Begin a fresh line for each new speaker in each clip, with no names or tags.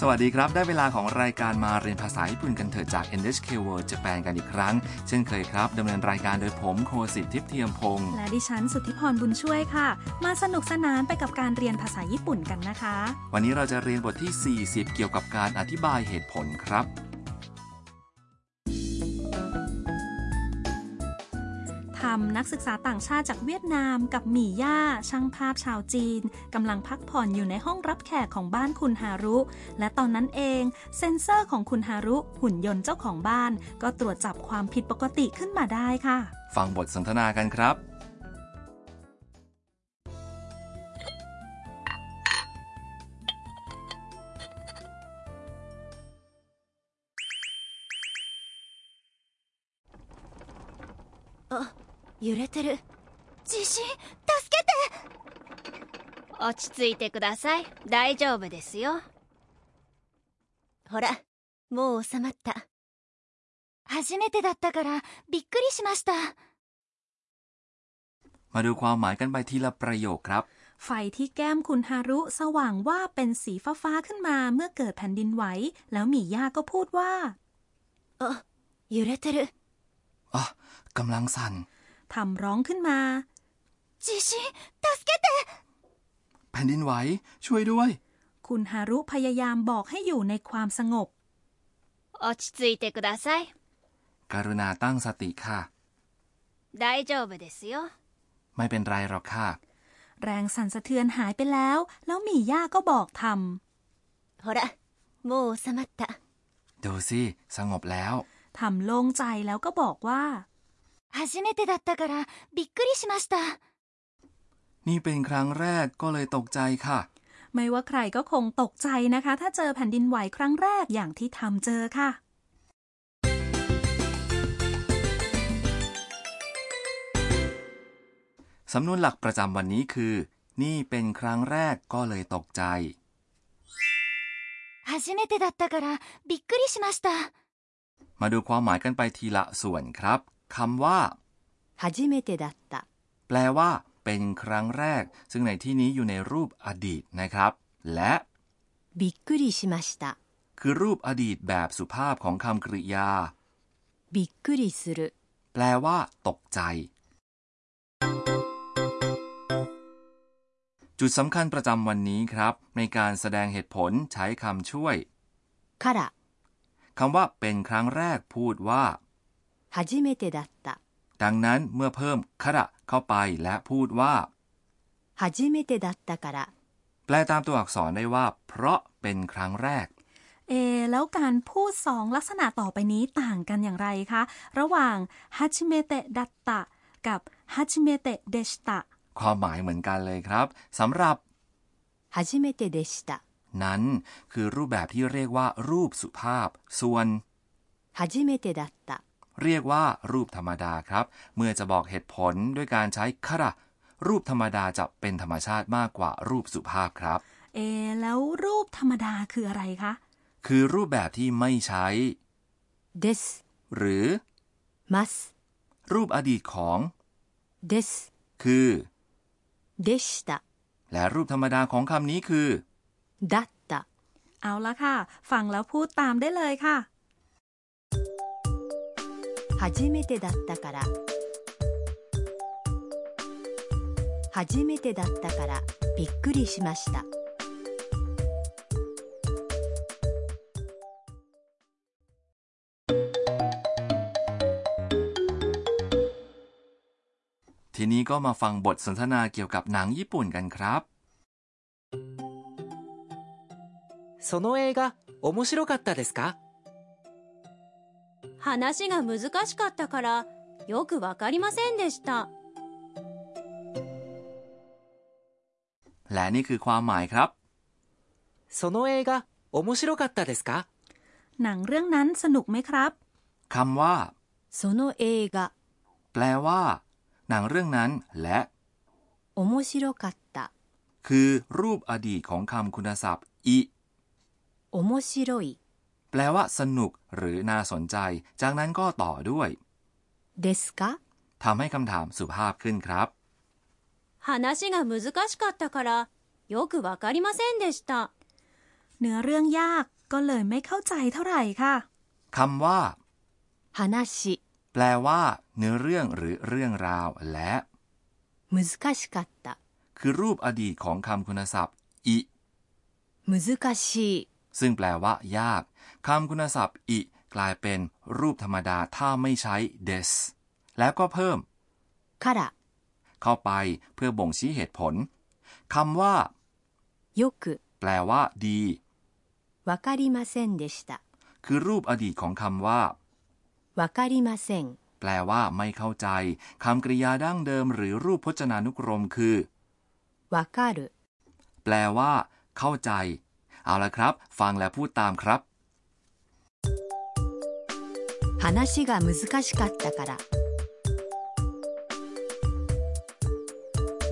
สวัสดีครับ ได้เวลาของรายการมาเรียนภาษาญี่ปุ่นกันเถอะจาก NHK World Japan กันอีกครั้ง เช่นเคยครับดำเนินรายการโดยผมโคสิทธิ์ทิพย์เทียมพงศ์
และดิฉันสุทธิพรบุญช่วยค่ะ มาสนุกสนานไปกับการเรียนภาษาญี่ปุ่นกันนะคะ
วันนี้เราจะเรียนบทที่ 40 เกี่ยวกับการอธิบายเหตุผลครับ
ทำนักศึกษาต่างชาติจากเวียดนามกับหมี่ย่า ช่างภาพชาวจีนกำลังพักผ่อนอยู่ในห้องรับแขกของบ้านคุณฮารุ และตอนนั้นเองเซ็นเซอร์ของคุณฮารุหุ่นยนต์เจ้าของบ้าน ก็ตรวจจับความผิดปกติขึ้นมาได้ค่ะ
ฟังบทสนทนากันครับ
揺れてる
地震助けて
落ち着いてください大丈夫ですよほらもう収まった
初めてだったからびっくりしました
มาดูความหมายกันไปทีละประโยคครับ
ไฟที่แก้มคุณฮารุสว่างว่าบเป็นสีฟ้าๆขึ้นมาเมื่อเกิดแผ่นดินไหว แล้วหมี่ย่าก็พูดว่า
あ揺れてる
อ่ะกำลังสั่น
ทำร้องขึ้นมา
地震助けて
แผ่นดินไหว ช่วยด้วย
คุณฮารุพยายามบอกให้อยู่ในความสงบ
落ち着いてください
กรุณาตั้งสติค่ะ
大丈夫ですよ
ไม่เป็นไรหรอกค่ะ
แรงสั่นสะเทือนหายไปแล้ว แล้วหมี่ย่าก็บอกท
ほらもう収まった
ดูสิสงบแล้ว
ำ ทำโล่งใจแล้วก็บอกว่า
初めてだったからびっくりしました
นี่เป็นครั้งแรกก็เลยตกใจค่ะ
ไม่ว่าใครก็คงตกใจนะคะ ถ้าเจอแผ่นดินไหวครั้งแรกอย่างที่ทำเจอค่ะ
สำนวนหลักประจำวันนี้คือ นี่เป็นครั้งแรกก็เลยตกใจ
初めてだったからびっくりしました
มาดูความหมายกันไปทีละส่วนครับคำว่า
初めてだった
แปลว่า เป็นครั้งแรก ซึ่งในที่นี้อยู่ในรูปอดีตนะครับ และ
びっくりしました
คือรูปอดีตแบบสุภาพของคำกริยา
びっくりする
แปลว่า ตกใจ จุดสำคัญประจำวันนี้ครับ ในการแสดงเหตุผลใช้คำช่วย
から
คำว่า เป็นครั้งแรกพูดว่า
初めてだった
ดังนั้นเมื่อเพิ่มคะเข้าไปและพูดว่า
初めてだったから
แปลตามตัวอักษรได้ว่า เพราะเป็นครั้งแรก
เอ แล้วการพูดสองลักษณะต่อไปนี้ต่างกันอย่างไรคะ ระหว่างฮัชิเมเตะดัตตะกับฮัชิเมเตะเดชตะ
ความหมายเหมือนกันเลยครับสำหรับ
初めてでした
นั้น คือรูปแบบที่เรียกว่า รูปสุภาพ ส่วน
初めてだった
เรียกว่า รูปธรรมดาครับ เมื่อจะบอกเหตุผลด้วยการใช้คะรูปธรรมดาจะเป็นธรรมชาติมากกว่ารูปสุภาพครับ
เอ แล้วรูปธรรมดาคืออะไรคะ
คือรูปแบบที่ไม่ใช้
です
หรือ
ます
รูปอดีตของ
です
คือ
でした
และรูปธรรมดาของคำนี้คือ
だった
เอาละค่ะ ฟังแล้วพูดตามได้เลยค่ะ
初めてだったから初めてだったからびっくりしました
ทีนี้ก็มาฟังบทสนทนาเกี่ยวกับหนังญี่ปุ่นกันครับ
その映画面白かったですか
話が難しかったからよくわかりませんでした
และนี่คือความหมายครับ
その映画面白かったですか
หนังเรื่องนั้นสนุกไหมครับ
คำว่า
その映画
แปลว่า หนังเรื่องนั้นและ
面白かった
คือรูปอดีตของคำคุณศัพท์ อิ
面白い
แปลว่า สนุก หรือน่าสนใจ จากนั้นก็ต่อด้วย
ですか
ทำให้คำถามสุภาพขึ้นครับ
話が難しかったからよくわかりませんでした
เนื้อเรื่องยากก็เลยไม่เข้าใจเท่าไหร่ค่ะ
คำว่า
話、
แปลว่า เนื้อเรื่องหรือเรื่องราว และ
難しかった、
คือรูปอดีตของคำคุณศัพท์ อิ
難しい、
ซึ่งแปลว่า ยาก คำคุณศัพท์ อิ กลายเป็นรูปธรรมดาถ้าไม่ใช้ des แล้วก็เพิ่ม
から、
เข้าไปเพื่อบ่งชี้เหตุผลคำว่า
よく、
แปลว่า ดี
わかりませんでした。
คือรูปอดีตของคำว่า
わかりません、
แปลว่า ไม่เข้าใจคำกริยาดั้งเดิม หรือรูปพจนานุกรมคือ
わかる、
แปลว่า เข้าใจ เอาละครับ ฟังและพูดตามครับ
話が難しかったから。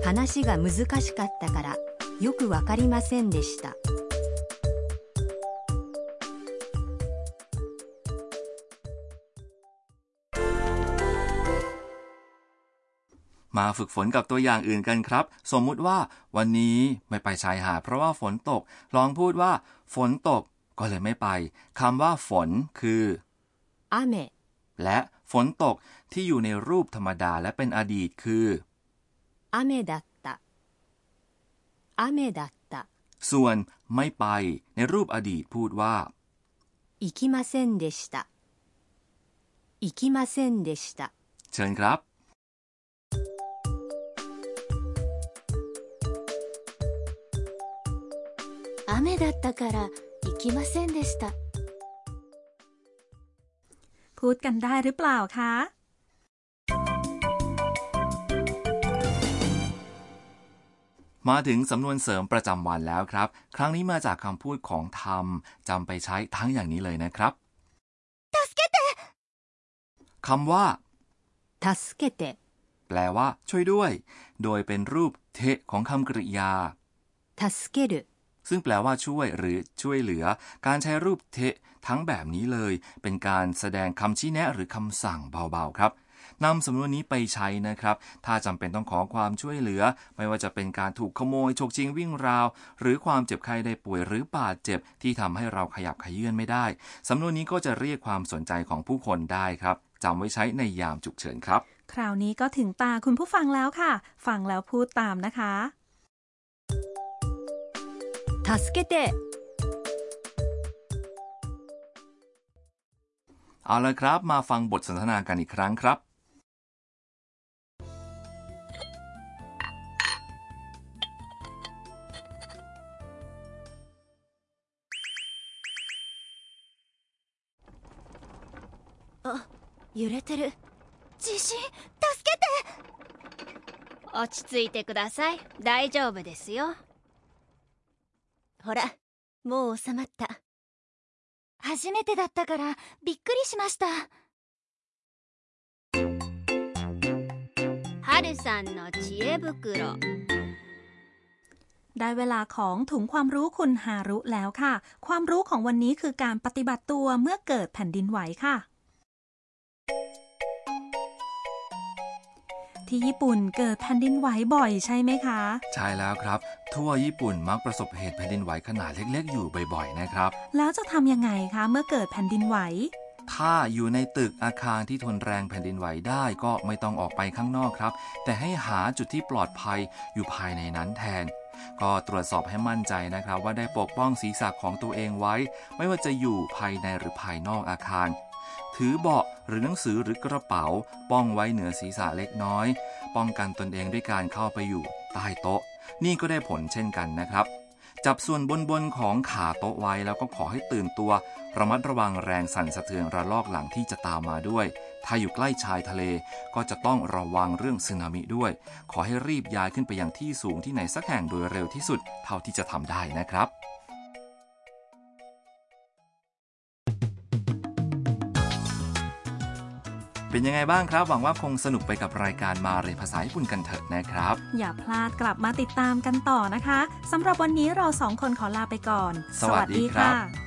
話が難しかったから、よくわかりませんでした。
มาฝึกฝนกับตัวอย่างอื่นกันครับ สมมุติว่าวันนี้ไม่ไปชายหาดเพราะว่าฝนตก ลองพูดว่า ฝนตก ก็เลยไม่ไปคำว่า ฝน คือ
雨、
และฝนตกที่อยู่ในรูปธรรมดาและเป็นอดีตคือ
雨だった。雨だった。
ส่วนไม่ไป ในรูปอดีตพูดว่า
行きませんでした。行きませんでした。
เชิญครับ
雨だったから行きませんでした
พูดกันได้หรือเปล่าคะ
มาถึงสำนวนเสริมประจำวันแล้วครับ ครั้งนี้มาจากคำพูดของธรรมจำไปใช้ทั้งอย่างนี้เลยนะครับคำว่า
助けて、
แปลว่า ช่วยด้วย โดยเป็นรูปเทะของคำกริยา
助ける、
ซึ่งแปลว่าช่วยหรือช่วยเหลือ การใช้รูปเทะทั้งแบบนี้เลย เป็นการแสดงคำชี้แนะหรือคำสั่งเบาๆครับนำสำนวนนี้ไปใช้นะครับ ถ้าจำเป็นต้องขอความช่วยเหลือ ไม่ว่าจะเป็นการถูกขโมยฉกชิงวิ่งราว หรือความเจ็บไข้ได้ป่วยหรือบาดเจ็บที่ทำให้เราขยับขยื่นไม่ได้สำนวนนี้ก็จะเรียกความสนใจของผู้คนได้ครับจำไว้ใช้ในยามฉุกเฉินครับ
คราวนี้ก็ถึงตาคุณผู้ฟังแล้วค่ะ ฟังแล้วพูดตามนะคะ
助けて、
เอาละครับ มาฟังบทสนทนากันอีกครั้งครับ
揺れてる地震助けて
落ち着いてください大丈夫ですよほらもう収まった
初めてだったからびっくりしました
はるさんの知恵袋
ได้เวลาของถุงความรู้คุณฮารุแล้วค่ะ ความรู้ของวันนี้คือการปฏิบัติตัวเมื่อเกิดแผ่นดินไหวค่ะ ที่ญี่ปุ่นเกิดแผ่นดินไหวบ่อยใช่ไหมคะ
ใช่แล้วครับ ทั่วญี่ปุ่นมักประสบเหตุแผ่นดินไหวขนาดเล็ก ๆ อยู่บ่อยๆนะครับ
แล้วจะทำยังไงคะเมื่อเกิดแผ่นดินไหว
ถ้าอยู่ในตึกอาคารที่ทนแรงแผ่นดินไหวได้ก็ไม่ต้องออกไปข้างนอกครับ แต่ให้หาจุดที่ปลอดภัยอยู่ภายในนั้นแทน ก็ตรวจสอบให้มั่นใจนะครับ ว่าได้ปกป้องศีรษะของตัวเองไว้ ไม่ว่าจะอยู่ภายในหรือภายนอกอาคาร ถือเบาะหรือหนังสือหรือกระเป๋า ป้องไว้เหนือศีรษะเล็กน้อย ป้องกันตนเองด้วยการเข้าไปอยู่ใต้โต๊ะ นี่ก็ได้ผลเช่นกันนะครับ จับส่วนบนบนๆของขาโต๊ะไว้แล้วก็ขอให้ตื่นตัว ระมัดระวังแรงสั่นสะเทือนระลอกหลังที่จะตามมาด้วย ถ้าอยู่ใกล้ชายทะเล ก็จะต้องระวังเรื่องสึนามิด้วย ขอให้รีบย้ายขึ้นไปยังที่สูงที่ไหนสักแห่งโดยเร็วที่สุด เท่าที่จะทำได้นะครับ เป็นยังไงบ้างครับ หวังว่าคงสนุกไปกับรายการมาเรียนภาษาญี่ปุ่นกันเถอะนะครับ
อย่าพลาดกลับมาติดตามกันต่อนะคะสำหรับวันนี้เราสองคนขอลาไปก่อน
สวัสดีครับ
สวัสดีค่ะ